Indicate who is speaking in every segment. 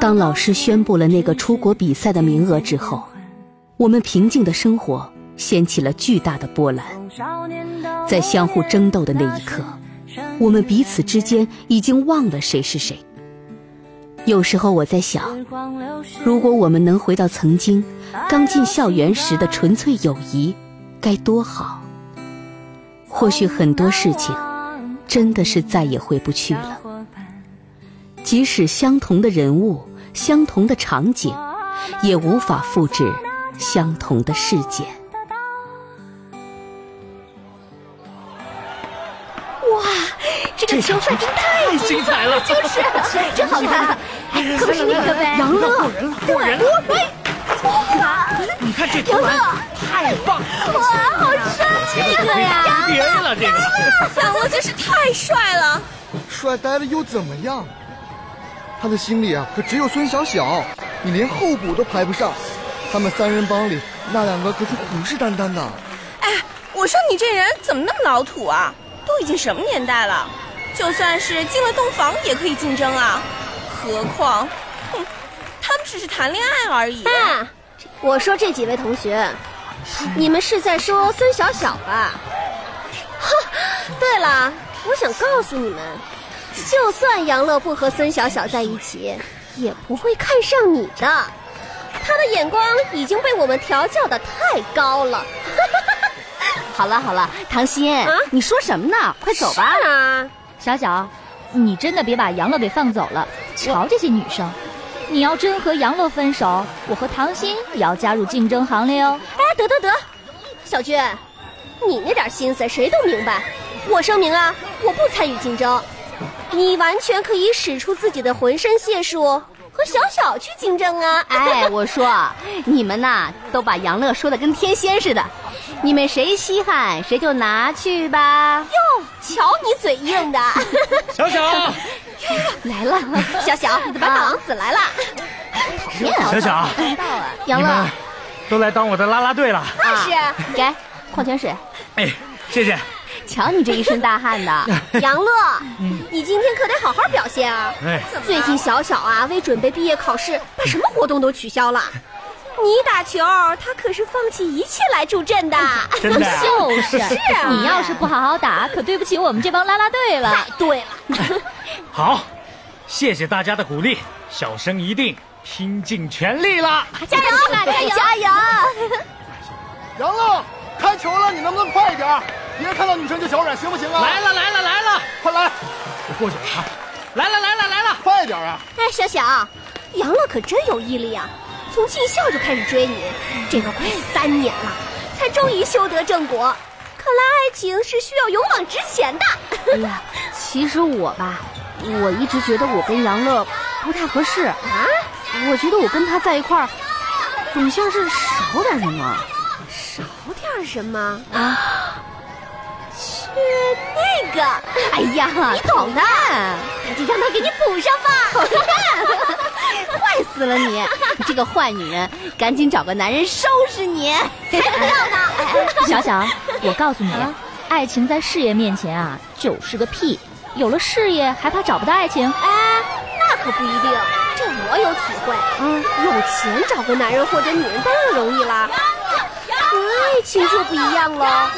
Speaker 1: 当老师宣布了那个出国比赛的名额之后，我们平静的生活掀起了巨大的波澜。在相互争斗的那一刻，我们彼此之间已经忘了谁是谁。有时候我在想，如果我们能回到曾经刚进校园时的纯粹友谊，该多好。或许很多事情真的是再也回不去了。即使相同的人物、相同的场景，也无法复制相同的事件。
Speaker 2: 哇，这个球赛真太
Speaker 3: 精彩了！
Speaker 2: 就是 真好看。哎，可不是那个呗？
Speaker 3: 杨乐，过人了，过人了！
Speaker 2: 哇，
Speaker 3: 你看这投篮太棒了！
Speaker 2: 哇，好帅！
Speaker 3: 啊
Speaker 2: 这个呀，
Speaker 3: 别人了这个。
Speaker 4: 杨乐真是太帅了！
Speaker 5: 帅呆了又怎么样？他的心里啊，可只有孙小小，你连候补都排不上。他们三人帮里那两个可是虎视眈眈的。
Speaker 4: 哎，我说你这人怎么那么老土啊？都已经什么年代了，就算是进了洞房也可以竞争啊，何况，哼，他们只是谈恋爱而已。
Speaker 6: 哎，我说这几位同学，你们是在说孙小小吧？哈，对了，我想告诉你们。就算杨乐不和孙小小在一起，也不会看上你的。他的眼光已经被我们调教的太高了。
Speaker 7: 好了好了，唐心，啊、你说什么呢？快走吧！
Speaker 6: 啊，
Speaker 7: 小小，你真的别把杨乐给放走了。瞧这些女生，你要真和杨乐分手，我和唐心也要加入竞争行列哦。
Speaker 6: 哎，得得得，小娟，你那点心思谁都明白。我声明啊，我不参与竞争。你完全可以使出自己的浑身解数和小小去竞争啊！
Speaker 7: 哎，我说你们呐，都把杨乐说的跟天仙似的，你们谁稀罕谁就拿去吧。
Speaker 6: 哟，瞧你嘴硬的！
Speaker 3: 小小
Speaker 7: 来了， 啊
Speaker 6: 小小，你的白马王子来了！
Speaker 7: 讨厌啊！
Speaker 3: 小小，
Speaker 7: 杨乐啊
Speaker 3: 都来当我的啦啦队了。
Speaker 6: 那是、啊，
Speaker 7: 给矿泉水。
Speaker 3: 哎，谢谢。
Speaker 7: 瞧你这一身大 汗的，
Speaker 6: 杨乐，你今天可得好好表现啊！
Speaker 3: 嗯哎，
Speaker 6: 最近小小啊，为准备毕业考试，把什么活动都取消了。
Speaker 3: 哎
Speaker 6: 你打球，他可是放弃一切来助阵的。
Speaker 3: 真的、 啊？
Speaker 7: 就是，
Speaker 6: 是啊。
Speaker 7: 你要是不好好打，可对不起我们这帮啦啦队了。
Speaker 6: 太哎对了。
Speaker 3: 哎好，谢谢大家的鼓励，小生一定拼尽全力啦！
Speaker 6: 加油，加油，
Speaker 7: 加油！
Speaker 5: 杨乐，开球了，你能不能快一点？别看到女生就脚软，行不行啊？
Speaker 3: 来了来了来了，
Speaker 5: 快来！
Speaker 3: 我过去了啊！来了来了来了，
Speaker 5: 快点啊！
Speaker 6: 哎，小小，杨乐可真有毅力啊！从进校就开始追你，这都快三年了，才终于修得正果。看来爱情是需要勇往直前的。
Speaker 7: 哎 呀，其实我吧，我一直觉得我跟杨乐不太合适
Speaker 6: 啊。
Speaker 7: 我觉得我跟他在一块儿，总像是少点什么。
Speaker 6: 少点什么
Speaker 7: 啊？
Speaker 6: 是那个，
Speaker 7: 哎呀，
Speaker 6: 你懂的，赶紧让他给你补上 吧。
Speaker 7: 好看， 坏死了你！你这个坏女人，赶紧找个男人收拾你！
Speaker 6: 才不要呢！
Speaker 7: 小小，我告诉你，啊、爱情在事业面前啊，就是个屁。有了事业，还怕找不到爱情？
Speaker 6: 哎，那可不一定，这我有体会。
Speaker 7: 嗯，
Speaker 6: 啊有钱找个男人或者女人当然容易啦。爱情就不一样了，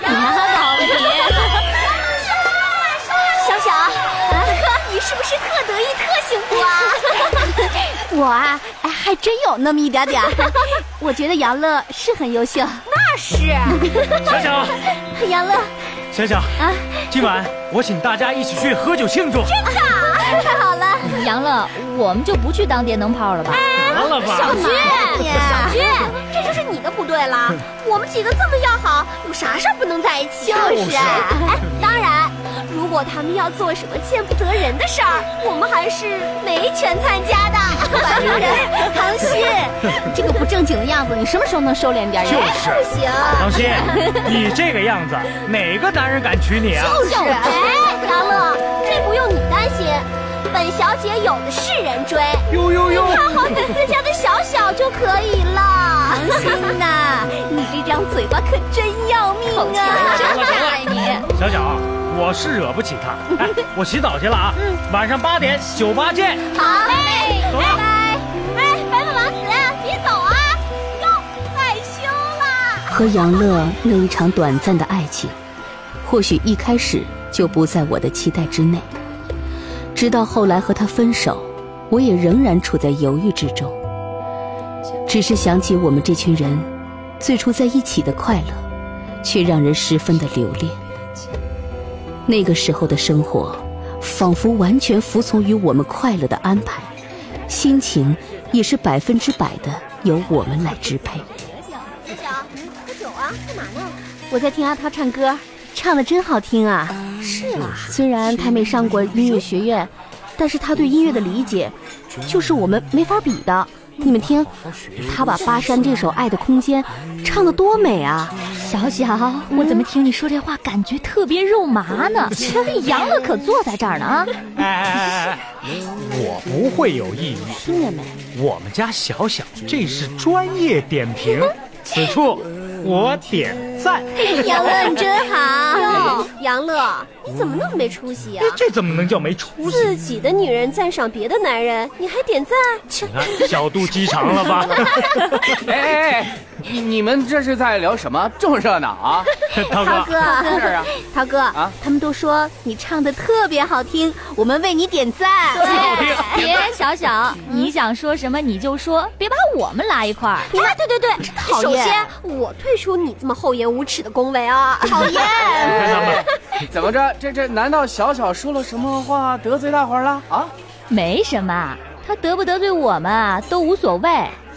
Speaker 7: 你好你！
Speaker 6: 小小，你是不是特得意、特幸福 啊？
Speaker 7: 我啊，哎，还真有那么一点点。我觉得杨乐是很优秀，
Speaker 6: 那是。啊
Speaker 3: 小小，
Speaker 6: 杨乐，
Speaker 3: 小小啊，今晚我请大家一起去喝酒庆祝。
Speaker 6: 真的，太好了！
Speaker 7: 杨乐，我们就不去当电灯泡了吧？
Speaker 3: 完了吧，
Speaker 6: 小娟，小娟。就是你的不对 了，我们几个这么要好，有啥事儿不能在一起？
Speaker 3: 就是，啊
Speaker 6: 哎，当然，如果他们要做什么见不得人的事儿，我们还是没权参加的。
Speaker 7: 玩人， 唐心，你这个不正经的样子，你什么时候能收敛点？
Speaker 3: 就是，
Speaker 6: 不行。
Speaker 3: 唐心，你这个样子，哪个男人敢娶你啊？
Speaker 6: 就是，哎，杨乐，这不用你担心。本小姐有的是人追，
Speaker 3: 哟哟哟，
Speaker 6: 看好粉丝家的小小就可以了。
Speaker 7: 唐心呐，
Speaker 6: 你这张嘴巴可真要命啊！
Speaker 7: 真爱你，
Speaker 3: 小小。啊我是惹不起他。哎，我洗澡去了啊，
Speaker 6: 嗯
Speaker 3: 晚上八点酒吧见。
Speaker 6: 好嘞，
Speaker 3: 走
Speaker 6: 拜
Speaker 3: 了
Speaker 6: 拜。哎，白马王子，别走啊！哟，害羞啦。
Speaker 1: 和杨乐那一场短暂的爱情，或许一开始就不在我的期待之内。直到后来和他分手，我也仍然处在犹豫之中。只是想起我们这群人最初在一起的快乐，却让人十分的留恋。那个时候的生活，仿佛完全服从于我们快乐的安排，心情也是百分之百的由我们来支配。
Speaker 6: 四九，喝酒啊？干嘛呢？我在听阿涛唱歌，唱的真好听啊！是啊，虽然他没上过音乐学院，但是他对音乐的理解，就是我们没法比的。你们听，他把巴山这首《爱的空间》唱的多美啊！
Speaker 7: 小小，我怎么听你说这话，感觉特别肉麻呢？杨乐可坐在这儿呢啊！
Speaker 3: 哎哎哎哎，我不会有抑郁。
Speaker 6: 听见没？
Speaker 3: 我们家小小，这是专业点评， 此处我点赞。
Speaker 6: 杨乐，你真好！哟，杨乐，你怎么那么没出息啊
Speaker 3: 哎，这怎么能叫没出息？
Speaker 6: 自己的女人赞赏别的男人，你还点赞？切
Speaker 3: 你看小肚鸡肠了 吧？
Speaker 8: 哎哎哎，你你们这是在聊什么？这么热闹啊？
Speaker 3: 涛
Speaker 6: 涛
Speaker 3: 哥，
Speaker 8: 这
Speaker 6: 哥，
Speaker 8: 儿啊，
Speaker 6: 涛哥，他们都说你唱的特别好听，我们为你点赞。
Speaker 3: 好听。
Speaker 7: 别小小，你想说什么你就说，别把我们拉一块儿。
Speaker 6: 你啊们对对对，真
Speaker 7: 讨厌
Speaker 6: 首先，我退出你这么厚颜无耻的恭维啊！讨厌。
Speaker 3: 看到吗？
Speaker 8: 怎么着？这这难道小小说了什么话得罪大伙儿了啊？
Speaker 7: 没什么，他得不得罪我们啊都无所谓，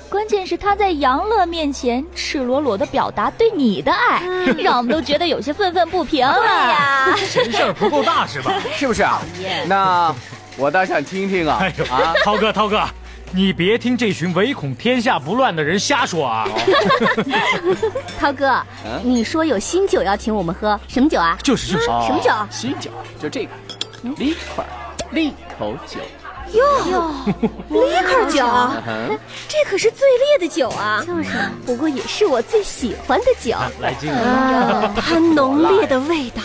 Speaker 7: 关键是他在杨乐面前赤裸裸的表达对你的爱，让我们都觉得有些愤愤不平啊了。
Speaker 6: 呀，
Speaker 3: 嫌事儿不够大是吧？
Speaker 8: 是不是啊？那我倒想听听啊
Speaker 3: 哎呦
Speaker 8: 啊！，
Speaker 3: 涛哥，涛哥，你别听这群唯恐天下不乱的人瞎说啊！
Speaker 6: 涛哥，
Speaker 8: 嗯
Speaker 6: 你说有新酒要请我们喝，什么酒啊？
Speaker 3: 就是就是，
Speaker 8: 哦
Speaker 6: 什么酒嗯
Speaker 8: 新酒，就这个，立块儿，利口酒。
Speaker 6: 哎 立克酒，
Speaker 8: 嗯哼。
Speaker 6: 这可是最烈的酒啊！就是，不过也是我最喜欢的酒。
Speaker 3: 来敬礼。
Speaker 6: 啊，它浓烈的味道，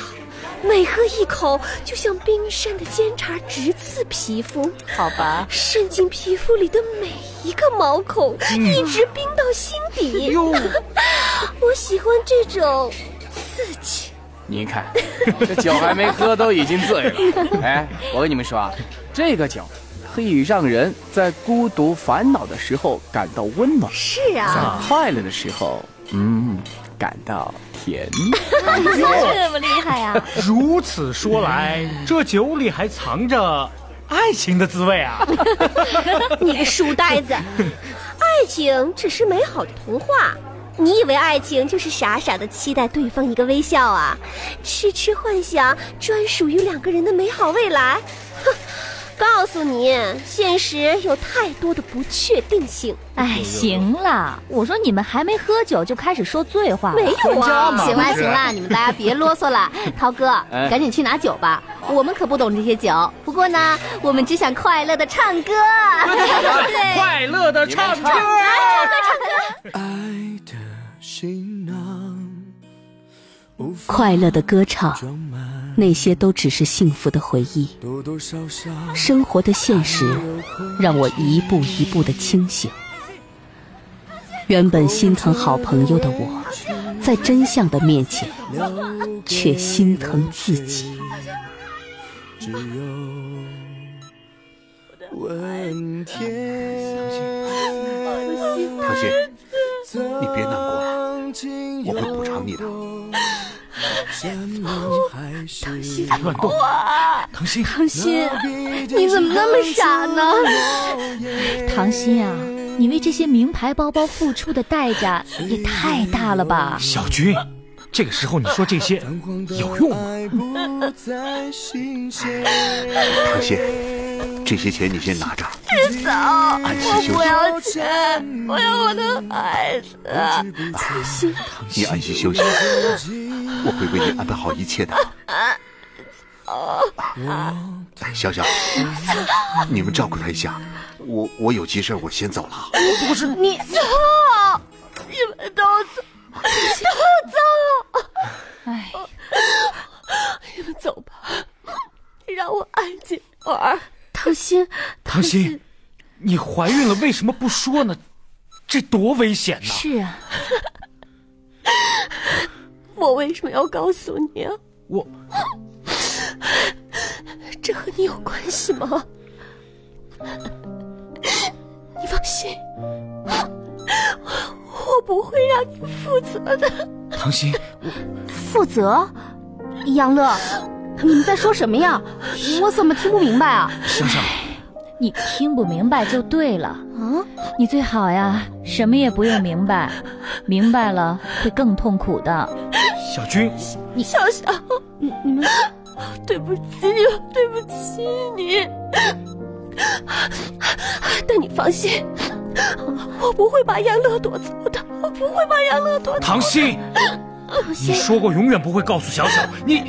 Speaker 6: 每喝一口就像冰山的尖茬直刺皮肤，
Speaker 7: 好吧，
Speaker 6: 渗进皮肤里的每一个毛孔，
Speaker 7: 嗯
Speaker 6: 一直冰到心
Speaker 7: 哎
Speaker 6: 底。 我喜欢这种刺激。
Speaker 8: 您看，这酒还没喝都已经醉了。哎，我跟你们说啊，这个酒可以让人在孤独烦恼的时候感到温暖，
Speaker 6: 是
Speaker 8: 在
Speaker 6: 啊，
Speaker 8: 快乐的时候，嗯，感到甜蜜。
Speaker 6: 哎
Speaker 7: 这么厉害啊 呀、
Speaker 3: 如此说来，这酒里还藏着爱情的滋味啊！
Speaker 6: 你个书呆子，爱情只是美好的童话。你以为爱情就是傻傻的期待对方一个微笑啊，痴痴幻想专属于两个人的美好未来？哼，告诉你，现实有太多的不确定性。
Speaker 7: 哎，行了，我说你们还没喝酒就开始说醉话了
Speaker 6: 没有啊，
Speaker 3: 嘛行啦不是行啦，
Speaker 6: 你们大家别啰嗦 了。涛哥
Speaker 8: 哎
Speaker 6: 赶紧去拿酒吧，我们可不懂这些酒。不过呢，我们只想快乐的唱歌。
Speaker 3: 快乐的唱
Speaker 8: 你
Speaker 3: 歌
Speaker 8: 们。
Speaker 1: 快乐的歌唱，那些都只是幸福的回忆。生活的现实让我一步一步的清醒。原本心疼好朋友的我，在真相的面前，却心疼自己。
Speaker 9: 腾讯，你别难过了，我会补偿你的。
Speaker 3: 乱动，腾讯，
Speaker 6: 心，你怎么那么傻呢？
Speaker 7: 唐心啊，你为这些名牌包包付出的代价也太大了吧？
Speaker 3: 小军，这个时候你说这些有用吗？
Speaker 9: 腾讯，这些钱你先拿着，
Speaker 4: 走，
Speaker 9: 安心休息，
Speaker 4: 要钱，我要我的孩子。
Speaker 9: 啊你安心休息，我会为你安排好一切的。
Speaker 4: 啊
Speaker 9: 哎小小，你们照顾他一下，我我有急事儿我先走了。
Speaker 4: 你走，你们都走，
Speaker 7: 哎，
Speaker 4: 你们走吧。
Speaker 6: 会儿。
Speaker 1: 唐心，
Speaker 3: 唐心，你怀孕了为什么不说呢？这多危险呐！
Speaker 1: 是啊，
Speaker 6: 我为什么要告诉你啊？
Speaker 3: 我
Speaker 6: 这和你有关系吗？你放心，我我不会让你负责的。
Speaker 3: 唐心，
Speaker 1: 负责？杨乐，你们在说什么呀？我怎么听不明白啊？
Speaker 3: 想想，
Speaker 7: 你听不明白就对了。
Speaker 1: 啊，
Speaker 7: 你最好呀，什么也不用明白，明白了会更痛苦的。
Speaker 3: 小军，
Speaker 6: 你笑笑，
Speaker 1: 你你们
Speaker 6: 对不起，对不起你。但你放心， 我不会把杨乐夺走的，我不会把杨乐夺走。
Speaker 3: 唐心，你说过永远不会告诉小小，你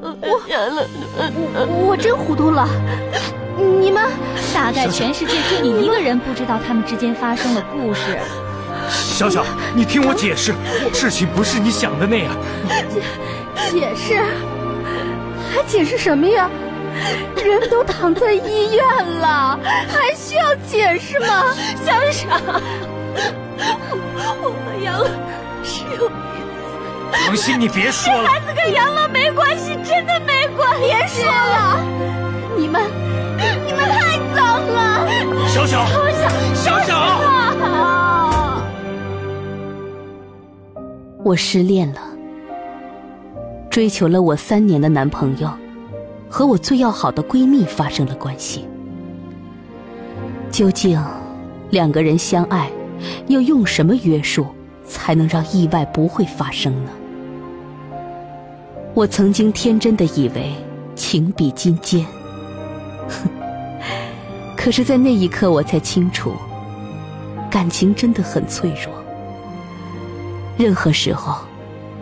Speaker 6: 我杨乐，
Speaker 1: 我我真糊涂了，你们
Speaker 7: 大概全世界就你一个人不知道他们之间发生了故事。
Speaker 3: 小小，你听我解释，事情不是你想的那样。
Speaker 1: 解释，还解释什么呀？人都躺在医院了，还需要解释吗？
Speaker 6: 想想，我和杨乐是有彼此。
Speaker 3: 唐心，你别说了，
Speaker 6: 这跟杨乐没关系，真的没关系。别说了，你们，你们太脏了。
Speaker 3: 小小，小小。
Speaker 1: 我失恋了，追求了我三年的男朋友，和我最要好的闺蜜发生了关系。究竟两个人相爱，要用什么约束才能让意外不会发生呢？我曾经天真的以为情比金坚， 哼！可是，在那一刻我才清楚，感情真的很脆弱。任何时候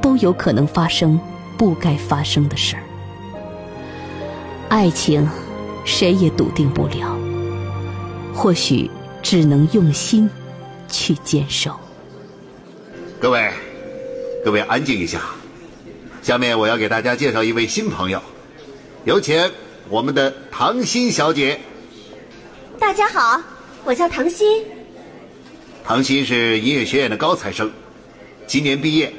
Speaker 1: 都有可能发生不该发生的事儿。爱情，谁也笃定不了，或许只能用心去坚守。
Speaker 9: 各位，各位安静一下。下面我要给大家介绍一位新朋友，有请我们的唐心小姐。
Speaker 6: 大家好，我叫唐心，
Speaker 9: 唐心是音乐学院的高材生，今年毕业。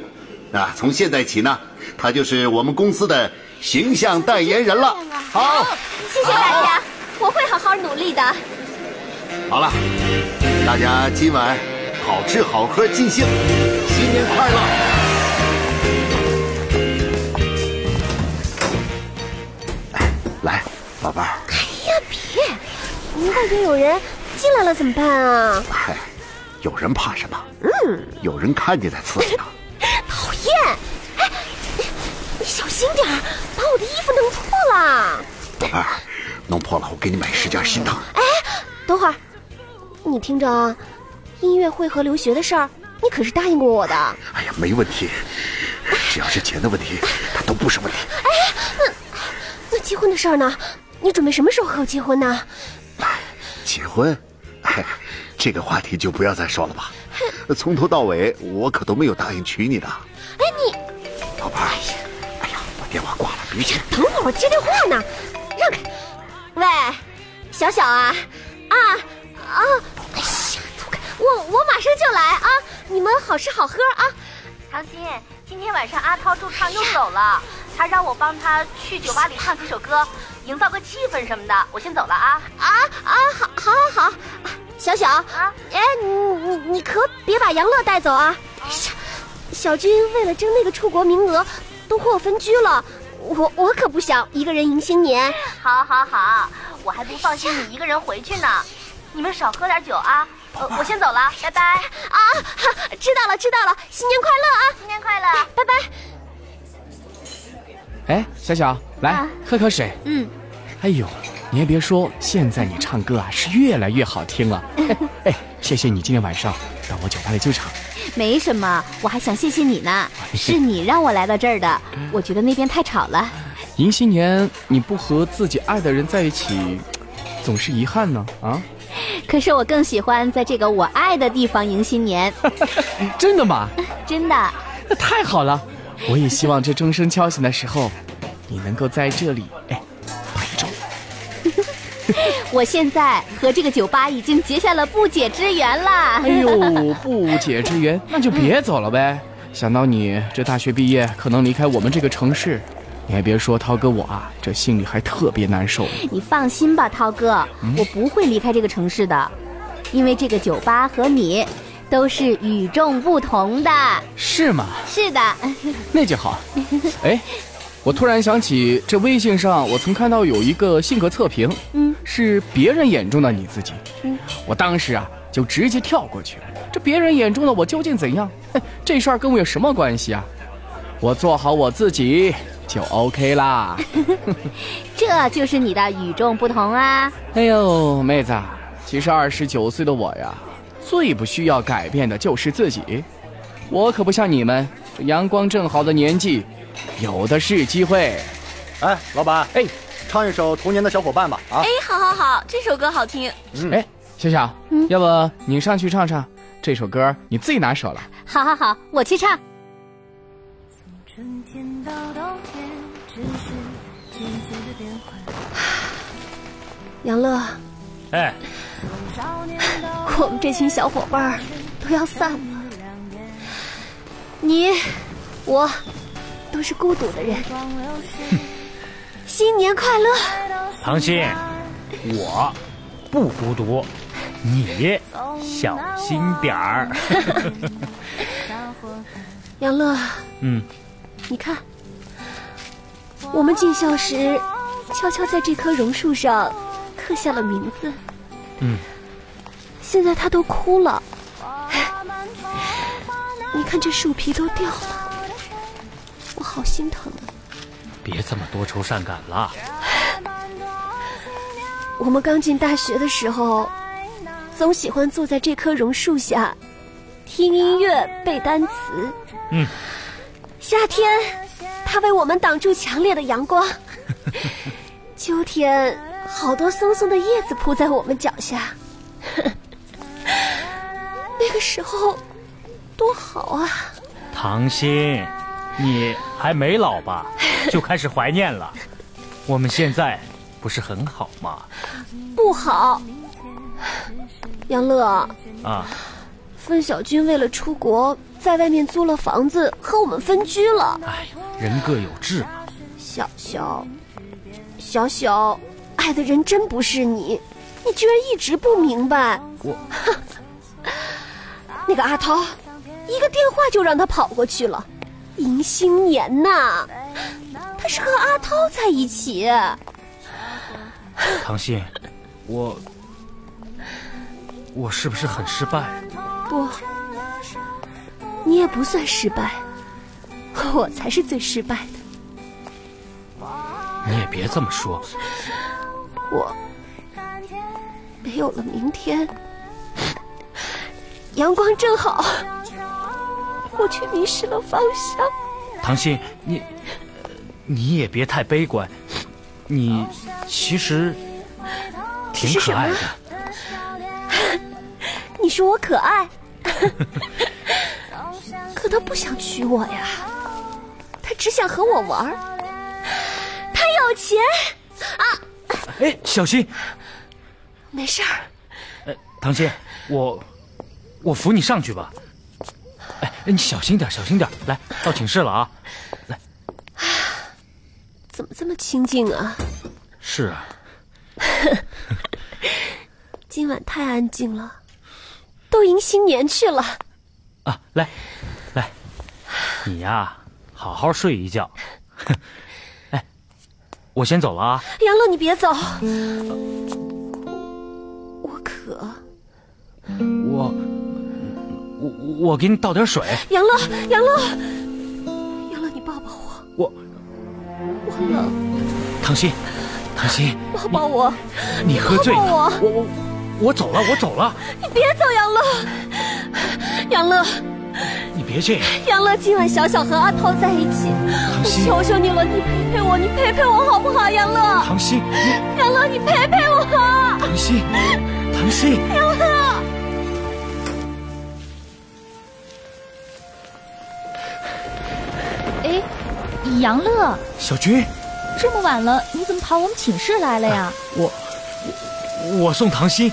Speaker 9: 啊，从现在起呢，她就是我们公司的形象代言人了。好，
Speaker 6: 谢谢大
Speaker 1: 啊
Speaker 6: 家，我会好好努力的。
Speaker 9: 好了，大家今晚好吃好喝尽兴，新年快乐！哎来，宝贝儿，
Speaker 6: 如果又有人进来了怎么办啊？
Speaker 9: 嗨，有人怕什么？嗯，有人看见才刺激呢。
Speaker 6: 讨厌！哎，你小心点儿，把我的衣服弄破了。
Speaker 9: 宝贝儿，弄破了我给你买十件新的。
Speaker 6: 等会儿，你听着啊，音乐会和留学的事儿，你可是答应过我的。
Speaker 9: 哎呀，没问题，只要是钱的问题，它都不是问题。
Speaker 6: 那结婚的事儿呢？你准备什么时候和我结婚呢？
Speaker 9: 结婚，哎，这个话题就不要再说了吧。从头到尾，我可都没有答应娶你的。哎，你，宝贝儿，哎呀，把电话挂了，别接。
Speaker 6: 等会儿我接电话呢，让开。喂，小小啊，啊啊！哎呀，走开，我我马上就来啊！你们好吃好喝啊！
Speaker 10: 唐心，今天晚上阿涛驻唱又走
Speaker 6: 哎
Speaker 10: 了，他让我帮他去酒吧里唱几首歌，营造个气氛什么的。我先走了啊。
Speaker 6: 啊啊，好，好，好，好，小小，啊、哎，你你你可别把杨乐带走啊！哎呀，小军为了争那个出国名额，都和我分居了，我我可不想一个人迎新年。
Speaker 10: 好，好，好，我还不放心你一个人回去呢。你们少喝点酒啊。呃，我先走了，拜拜，
Speaker 6: 啊，哈知道了，知道了，新年快乐啊！
Speaker 10: 新年快乐。
Speaker 6: 拜拜。
Speaker 8: 哎，小小，来、喝口水。嗯。哎呦，你还别说，现在你唱歌啊是越来越好听 了。哎哎，谢谢你今天晚上到我酒吧里救场。
Speaker 2: 没什么，我还想谢谢你呢， 是你让我来到这儿的。我觉得那边太吵了。
Speaker 8: 迎新年你不和自己爱的人在一起，总是遗憾呢啊！
Speaker 2: 可是我更喜欢在这个我爱的地方迎新年，
Speaker 8: 真的吗？
Speaker 2: 真的。
Speaker 8: 那 太好了，我也希望这钟声敲响的时候，你能够在这里哎陪着我。
Speaker 2: 我现在和这个酒吧已经结下了不解之缘啦。
Speaker 8: 哎呦， 不解之缘，那就别走了呗。想到你这大学毕业可能离开我们这个城市，你还别说，涛哥我啊，这心里还特别难受呢。
Speaker 2: 你放心吧，涛哥，
Speaker 1: 嗯
Speaker 2: 我不会离开这个城市的，因为这个酒吧和你都是与众不同的。
Speaker 8: 是吗？
Speaker 2: 是 的，
Speaker 8: 那就 好。哎，我突然想起，这微信上我曾看到有一个性格测评，嗯，是别人眼中的你自己。嗯，我当时啊就直接跳过去了。这别人眼中的我究竟怎样？ 哼这事儿跟我有什么关系啊？我做好我自己就 OK 啦。
Speaker 2: 这就是你的与众不同啊！
Speaker 8: 哎呦，妹子，啊其实二十九岁的我呀，最不需要改变的就是自己。我可不像你们，这阳光正好的年纪，有的是机会。
Speaker 11: 哎，老板，哎，唱一首《童年的小伙伴》吧。啊，
Speaker 4: 哎，好好好，这首歌好听。
Speaker 8: 哎，小小，要不你上去唱唱这首歌，你最拿手了。
Speaker 2: 好好好，我去唱。
Speaker 12: 春天到冬天，只是季节的变换。
Speaker 6: 杨乐，
Speaker 3: 哎，
Speaker 6: 我们这群小伙伴儿都要散了，你，我，都是孤独的人。新年快乐！
Speaker 3: 唐鑫，我不孤独，你小心点 儿。
Speaker 6: 杨乐，
Speaker 3: 嗯，
Speaker 6: 你看，我们进校时悄悄在这棵榕树上刻下了名字。
Speaker 8: 嗯，
Speaker 6: 现在它都枯了，哎你看这树皮都掉了，我好心疼啊！
Speaker 3: 别这么多愁善感了。
Speaker 6: 我们刚进大学的时候，总喜欢坐在这棵榕树下，听音乐背单词。
Speaker 3: 嗯，
Speaker 6: 夏天，它为我们挡住强烈的阳光；秋天，好多松松的叶子铺在我们脚下。 那个时候，多好啊！
Speaker 3: 唐鑫，你还没老吧？就开始怀念了。我们现在不是很好吗？
Speaker 6: 不好，杨乐，
Speaker 3: 啊，
Speaker 6: 分小军为了出国，在外面租了房子，和我们分居了。
Speaker 8: 哎
Speaker 3: 人各有志嘛。
Speaker 6: 小小，小小，爱的人真不是你，你居然一直不明白。
Speaker 3: 我，
Speaker 6: 那个阿涛，一个电话就让他跑过去了。迎新年呐，他是和阿涛在一起。
Speaker 3: 唐鑫，我我是不是很失败？
Speaker 6: 不，你也不算失败，我才是最失败的。
Speaker 3: 你也别这么说。
Speaker 6: 我没有了明天，阳光正好，我却迷失了方向。
Speaker 3: 唐鑫，你呃你也别太悲观，你其实挺可爱的。
Speaker 6: 你说我可爱， 可他不想娶我呀，他只想和我玩儿。他有钱，
Speaker 3: 哎，小心！
Speaker 6: 没事儿，
Speaker 3: 呃，唐鑫，我我扶你上去吧。哎，你小心点，小心点。来，到寝室了啊。
Speaker 6: 怎么这么清静啊？
Speaker 3: 是啊，
Speaker 6: 今晚太安静了，都迎新年去了。
Speaker 3: 啊，来，来，你呀、好好睡一觉。 哎，我先走了啊。
Speaker 6: 杨乐，你别走，我渴。
Speaker 3: 我我我给你倒点水。
Speaker 6: 杨乐，杨乐，杨乐，你抱抱我，
Speaker 3: 我
Speaker 6: 我冷，
Speaker 3: 唐鑫，唐鑫，
Speaker 6: 抱抱我，
Speaker 3: 你喝醉
Speaker 6: 抱抱
Speaker 3: 了。
Speaker 6: 我
Speaker 3: 我我我走了，我走了。
Speaker 6: 你别走，杨乐，杨乐，
Speaker 3: 你别这样，
Speaker 6: 杨乐，今晚小小和阿涛在一起，我求求你了，你陪陪我，你陪陪我好不好，杨乐？
Speaker 3: 唐鑫，你
Speaker 6: 杨乐，你陪陪我。
Speaker 3: 唐鑫，唐鑫。
Speaker 7: 哎，杨乐，
Speaker 3: 小军，
Speaker 7: 这么晚了，你怎么跑我们寝室来了呀？
Speaker 3: 我我送唐鑫，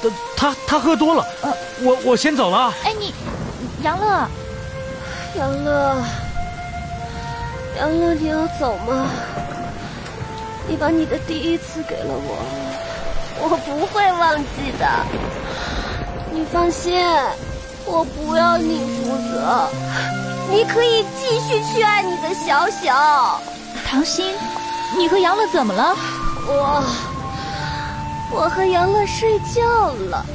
Speaker 3: 他他他喝多了，我我先走了啊。
Speaker 7: 哎，你，杨乐，
Speaker 6: 杨乐，杨乐，你要走吗？你把你的第一次给了我，
Speaker 2: 我不会忘记的。
Speaker 6: 你放心，我不要你负责，你可以继续去爱你的小小。
Speaker 7: 唐鑫，你和杨乐怎么了？
Speaker 6: 我，我和杨乐睡觉了。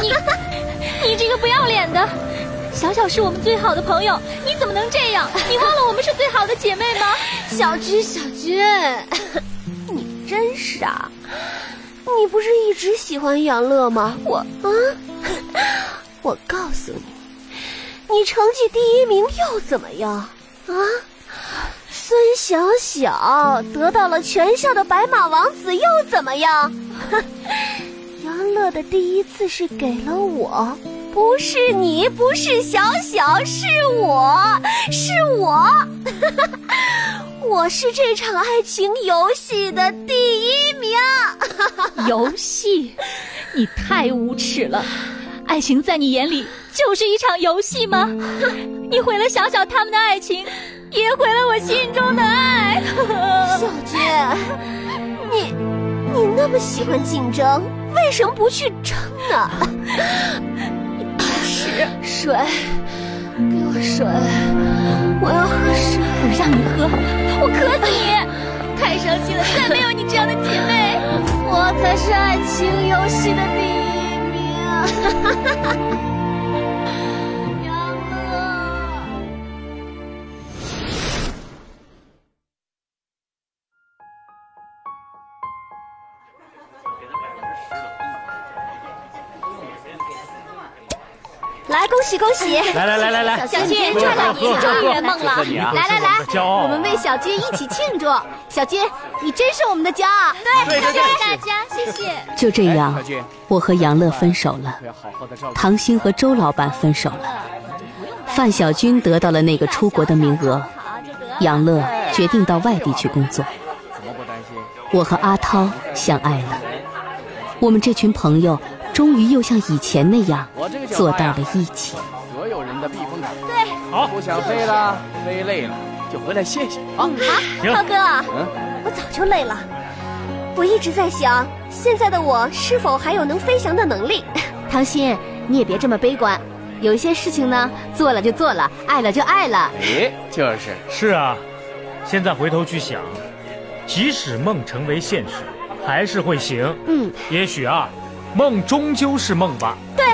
Speaker 7: 你， 你这个不要脸的！小小是我们最好的朋友，你怎么能这样？你忘了我们是最好的姐妹吗？
Speaker 6: 小军，小军， 你真傻！你不是一直喜欢杨乐吗？我啊， 我告诉你，你成绩第一名又怎么样啊？孙小小得到了全校的白马王子又怎么样？杨乐的第一次是给了我，不是你，不是小小，是我，是我， 我是这场爱情游戏的第一 名。
Speaker 7: 游戏，你太无耻了！爱情在你眼里就是一场游戏 吗？你毁了小小他们的爱情。也毁了我心中的爱，
Speaker 6: 小娟，你你那么喜欢竞争，为什么不去争呢？
Speaker 7: 你不是
Speaker 6: 水，给我水，我要喝水。
Speaker 7: 我让你喝，我渴死你！太生气了，再没有你这样的姐妹。
Speaker 6: 我才是爱情游戏的第 一名。来，恭喜恭喜！
Speaker 3: 来来来来来，
Speaker 2: 小军赚到你状元梦了！来来来，
Speaker 3: 哦
Speaker 2: 我们为小军一起庆祝！小军，你真是我们的骄傲！
Speaker 7: 对，谢谢大家，谢谢。
Speaker 1: 就这样，
Speaker 8: 哎
Speaker 1: 我和杨乐分手了，唐鑫和周老板分手了，范小军得到了那个出国的名额，杨乐决定到外地去工作。我和阿涛相爱了，我们这群朋友。终于又像以前那样坐到了一起。
Speaker 8: 所有人的避风港。
Speaker 2: 对，
Speaker 3: 好，
Speaker 8: 不想飞了，飞累了就回来歇歇啊。
Speaker 6: 好，涛哥，嗯，我早就累了。我一直在想，现在的我是否还有能飞翔的能力？
Speaker 2: 唐鑫，你也别这么悲观。有一些事情呢，做了就做了，爱了就爱了。
Speaker 8: 哎，就是。
Speaker 3: 是啊，现在回头去想，即使梦成为现实，还是会行。嗯，也许啊。梦终究是梦吧，
Speaker 6: 对，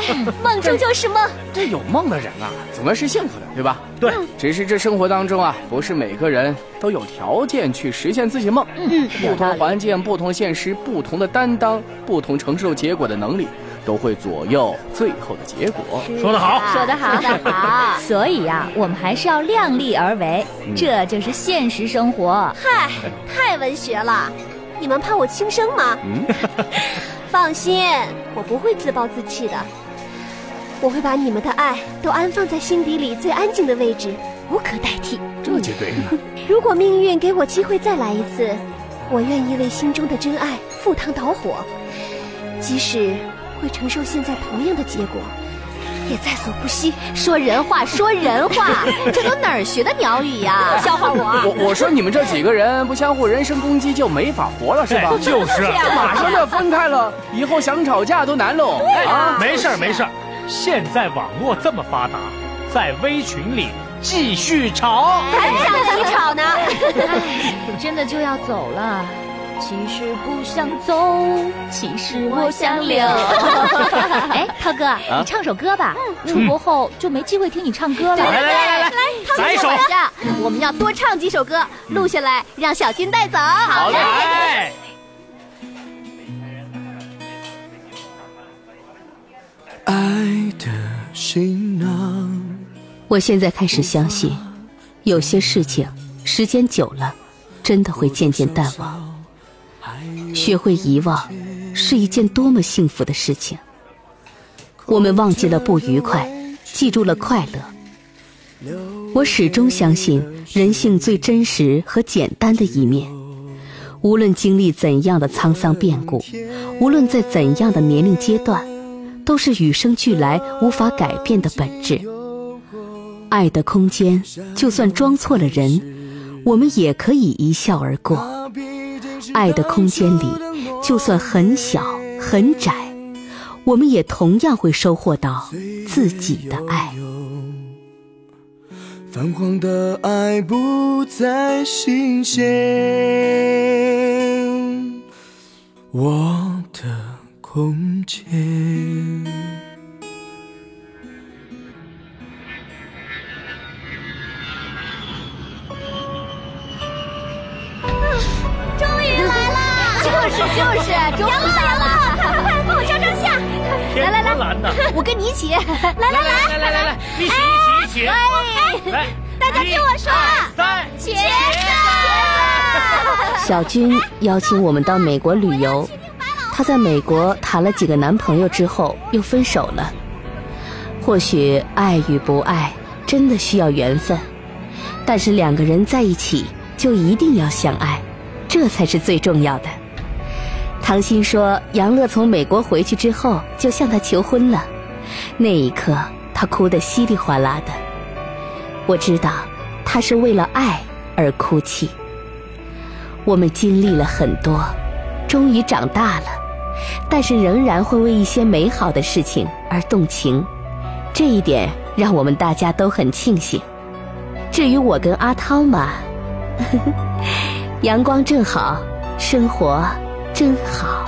Speaker 6: 梦终究是梦。
Speaker 8: 这有梦的人啊，总归是幸福的，对吧？
Speaker 3: 对，
Speaker 8: 只是这生活当中啊，不是每个人都有条件去实现自己梦。嗯，不同环境、不同现实、不同的担当、不同承受结果的能力，都会左右最后的结果。
Speaker 3: 说得好，
Speaker 7: 说得好，说得好。 所以呀、啊，我们还是要量力而为，嗯、这就是现实生活。
Speaker 6: 嗨，太文学了，你们怕我轻生吗？嗯。 放心，我不会自暴自弃的。我会把你们的爱都安放在心底里最安静的位置，无可代替。嗯
Speaker 8: 这就对了。
Speaker 6: 如果命运给我机会再来一次，我愿意为心中的真爱赴汤蹈火，即使会承受现在同样的结果，也在所不惜。
Speaker 2: 说人话，说人 话，这都哪儿学的鸟语呀？笑话
Speaker 6: 啊
Speaker 2: 我！
Speaker 8: 我我说你们这几个人不相互人身攻击就没法活了是吧？
Speaker 3: 哎就是，
Speaker 8: 马上就要分开了，以后想吵架都难喽。
Speaker 3: 啊，没事儿没事儿，现在网络这么发达，在微群里继续吵，
Speaker 2: 才不想跟你吵呢。
Speaker 7: 真的就要走了。其实不想走，其实我想留。 哎，涛哥，你唱首歌吧。出国后就没机会听你唱歌了。
Speaker 3: 来来来来来，来一首。
Speaker 2: 我们要多唱几首歌，录下来让小军带走。
Speaker 3: 好嘞。
Speaker 1: 爱的行囊。我现在开始相信，有些事情时间久了，真的会渐渐淡忘。学会遗忘，是一件多么幸福的事情！我们忘记了不愉快，记住了快乐。我始终相信人性最真实和简单的一面。无论经历怎样的沧桑变故，无论在怎样的年龄阶段，都是与生俱来无法改变的本质。爱的空间，就算装错了人，我们也可以一笑而过。爱的空间里，就算很小很窄，我们也同样会收获到自己的爱。
Speaker 13: 泛黄的爱不再新鲜，我的空间。
Speaker 6: 终于来了，就是就是，终于来了，快快快，帮我照张相！来来来，
Speaker 3: 蓝的，
Speaker 6: 我跟你一起，来来来
Speaker 3: 来来来来，一起一起一起，
Speaker 6: 哎，
Speaker 3: 来，
Speaker 6: 大家听我说，
Speaker 3: 三，
Speaker 6: 茄子，
Speaker 1: 小军邀请我们到美国旅游，她在美国谈了几个男朋友之后又分手了。或许爱与不爱真的需要缘分，但是两个人在一起就一定要相爱，这才是最重要的。唐鑫说，杨乐从美国回去之后就向她求婚了，那一刻她哭得稀里哗啦的。我知道，她是为了爱而哭泣。我们经历了很多，终于长大了，但是仍然会为一些美好的事情而动情，这一点让我们大家都很庆幸。至于我跟阿涛嘛， 呵呵阳光正好，生活真好。